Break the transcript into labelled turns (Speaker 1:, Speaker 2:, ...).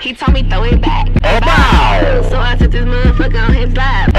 Speaker 1: He told me throw it back.
Speaker 2: Oh, bow.
Speaker 1: So I took this motherfucker on his lap.